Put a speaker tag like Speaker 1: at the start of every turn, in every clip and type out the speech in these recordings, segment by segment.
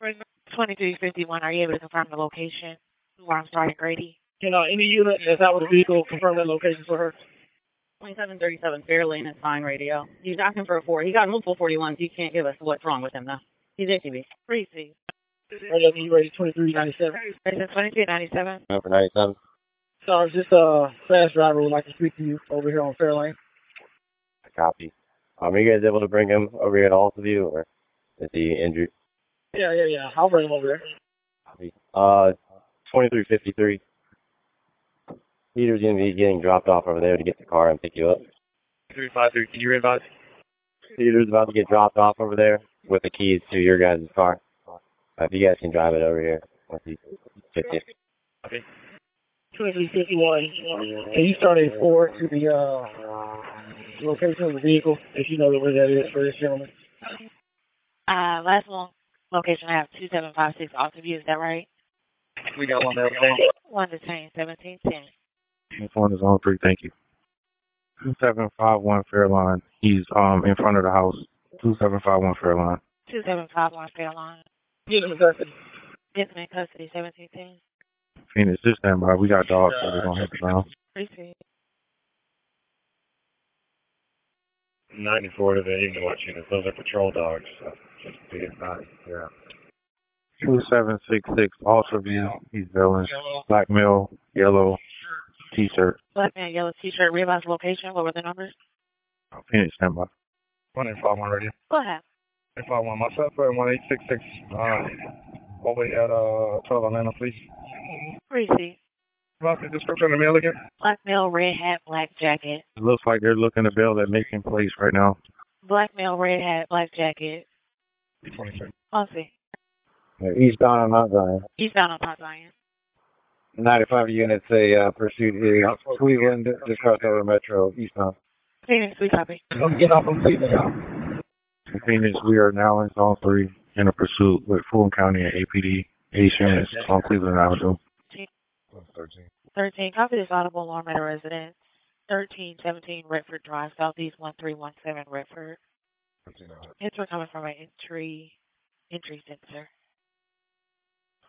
Speaker 1: Room 2351, are you able to confirm the location? Lawrence Sergeant Grady.
Speaker 2: Can uh, any unit that's out with the vehicle confirm that location for her?
Speaker 3: 2737 Fairlane is fine radio. He's asking for a four. He got multiple 41s. You can't give us what's wrong with him, though. He's ACB.
Speaker 1: Precinct.
Speaker 2: Radio me ready 2397.
Speaker 1: Is it 2297?
Speaker 4: Number 97.
Speaker 2: Sarge, this uh, fast driver would like to speak to you over here on Fairlane.
Speaker 4: I copy. Um, are you guys able to bring him over here to all of you, or is he injured?
Speaker 2: Yeah, yeah, yeah. I'll bring him over there.
Speaker 4: Copy. Uh, 2353. Peter's going to be getting dropped off over there to get the car and pick you up.
Speaker 2: 353, can you read about
Speaker 4: Peter's about to get dropped off over there with the keys to your guys' car. Uh, if you guys can drive it over here once he gets you.
Speaker 2: 2351. Can you start a four to the uh, location of the vehicle, if you know where that is for this gentleman?
Speaker 1: Uh, last one location I have 2756 Altamont, is that right?
Speaker 2: We got one there. okay?
Speaker 1: 1 to 10, 1710.
Speaker 5: This one is on Oh, three. Thank you. Two seven five one Fairline. He's um in front of the house. Two seven five one Fairline.
Speaker 1: 2751 Fairlawn.
Speaker 2: Get him in custody.
Speaker 1: Gets in custody, 1710.
Speaker 5: Phoenix, just stand by. We got dogs that are gonna hit the ground.
Speaker 1: Precinct.
Speaker 6: 94 to the English unit. Those are patrol dogs, so just be advised. Yeah.
Speaker 5: Two seven six six Ultra View. He's villain. Black male, yellow T shirt.
Speaker 1: Black man, yellow t-shirt, realize location, what were the numbers?
Speaker 5: Phoenix, stand by.
Speaker 6: 1851 radio.
Speaker 1: Go ahead.
Speaker 6: 851 myself and 1866 uh, over here at uh, 12 Atlanta, please.
Speaker 1: Precinct.
Speaker 6: What's the description of the mail again?
Speaker 1: Black male, red hat, black jacket.
Speaker 5: It looks like they're looking to build at Macon Place right now.
Speaker 1: Black male, red hat, black jacket.
Speaker 6: 26.
Speaker 1: Aussie.
Speaker 4: They're eastbound on Mount Zion.
Speaker 1: Eastbound on Pop Zion.
Speaker 4: 95 units, a uh, pursuit is Cleveland, just crossed over Metro, eastbound.
Speaker 1: Phoenix, we copy.
Speaker 2: Don't get off on Cleveland.
Speaker 5: Phoenix, we are now in zone three in a pursuit with Fulton County and APD. Eight units on Cleveland Avenue.
Speaker 6: 13.
Speaker 1: 13, copy this audible alarm at a residence. 1317 Redford Drive, southeast 1317 Redford.
Speaker 6: 13
Speaker 1: Hits were coming from an entry, entry sensor.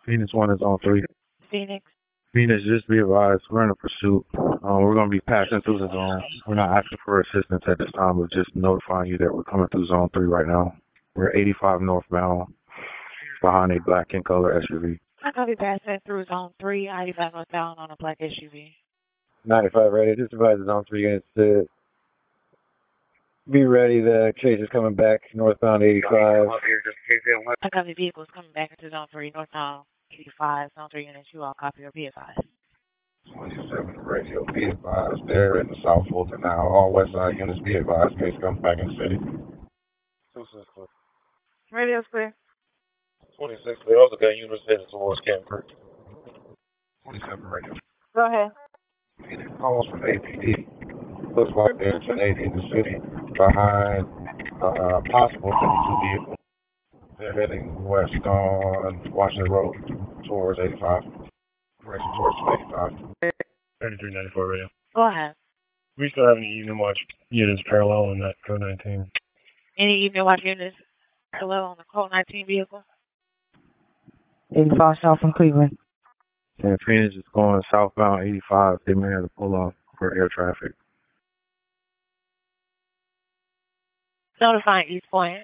Speaker 5: Phoenix one is on three.
Speaker 1: Phoenix,
Speaker 5: Phoenix, just be advised, we're in a pursuit. Um, we're going to be passing through the zone. We're not asking for assistance at this time, but just notifying you that we're coming through zone three right now. We're 85 northbound behind a black and color SUV.
Speaker 1: I copy passing through zone 3, I-85 northbound on a black SUV.
Speaker 4: 95 radio, just advises on three units to be ready. The chase is coming back northbound 85.
Speaker 1: I copy vehicles coming back into zone 3, northbound 85, zone 3 units, you all copy or be advised.
Speaker 6: 27 radio. Be advised, they're in the South Fulton now. All west side units be advised, case comes back in city.
Speaker 1: Radio's clear.
Speaker 6: 26, they also got units headed towards Camp Creek. 27 radio.
Speaker 1: Go ahead.
Speaker 6: Getting calls from APD. Looks like there's an AD in the city behind uh, possible 52 vehicles. They're heading west on Washington Road towards 85. Direction towards 85. 3394 radio.
Speaker 1: Go ahead.
Speaker 6: We still have any evening watch units parallel in that code 19.
Speaker 1: Any evening watch units hello on the Colt 19 vehicle? 85 south from Cleveland.
Speaker 5: And Phoenix is going southbound 85. They may have to pull off for air traffic.
Speaker 1: Notifying East Point.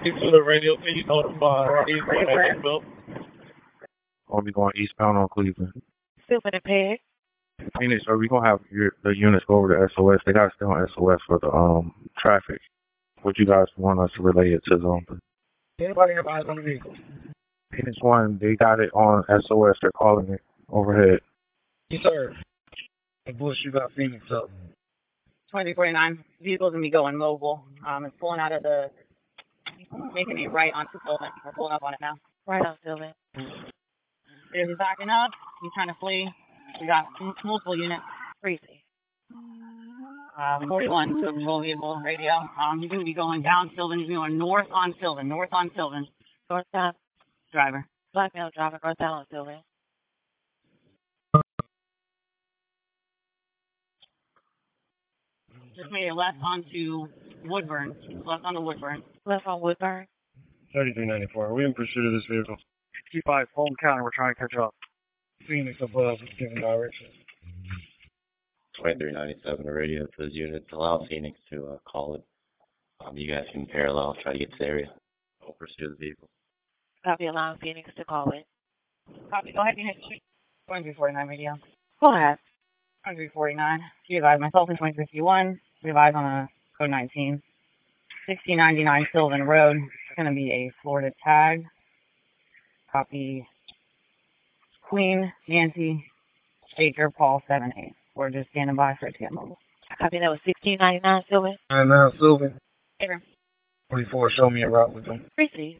Speaker 2: Speak to the radio, please notify 818 Bill.
Speaker 5: We'll be going eastbound on Cleveland.
Speaker 1: Stupid and pig.
Speaker 5: Phoenix, are we going to have your, the units go over to SOS? They got to stay on SOS for the um traffic. Would you guys want us to relay it to them?
Speaker 2: Anybody have eyes on the vehicle?
Speaker 5: Phoenix 1, they got it on SOS. They're calling it overhead.
Speaker 2: Yes, sir. The bush you got Phoenix uh, up.
Speaker 3: 2349. Vehicle's going to be going mobile. Um, it's pulling out of the, making a right onto Fulton. We're pulling up on it now.
Speaker 1: Right on Sylvan.
Speaker 3: There's a backing up. He's trying to flee. We got m- multiple units.
Speaker 1: Crazy.
Speaker 3: Um, 41 to roll vehicle radio. Um, he's going to be going down Sylvan. He's going north on Sylvan. North on Sylvan.
Speaker 1: Northbound,
Speaker 3: Driver.
Speaker 1: black male driving northbound on Sylvan.
Speaker 3: Just made a left onto Woodburn. Left onto Woodburn.
Speaker 1: Left on Woodburn.
Speaker 2: 3394. We're in pursuit of this vehicle. 65 Fulton County, we're trying to catch up. Phoenix above, giving directions.
Speaker 4: 2397 to radio for those units. Allow Phoenix to uh, call it. Um, you guys can parallel, try to get to the area. We'll pursue the vehicle.
Speaker 1: Copy, allowing Phoenix to call it.
Speaker 3: Copy. Go ahead and hit shoot. 2349 radio.
Speaker 1: Go ahead.
Speaker 3: 2349. Revive myself in 2351. Revive on a code 19. 6099 Sylvan Road. It's going to be a Florida tag. Copy. Queen Nancy Shaker Paul 78. We're just standing by for it to get mobile.
Speaker 1: Copy, that was 1699 Sylvan.
Speaker 2: And now, Sylvan,
Speaker 3: Shaker.
Speaker 2: 44, show me a route with them.
Speaker 1: Receive.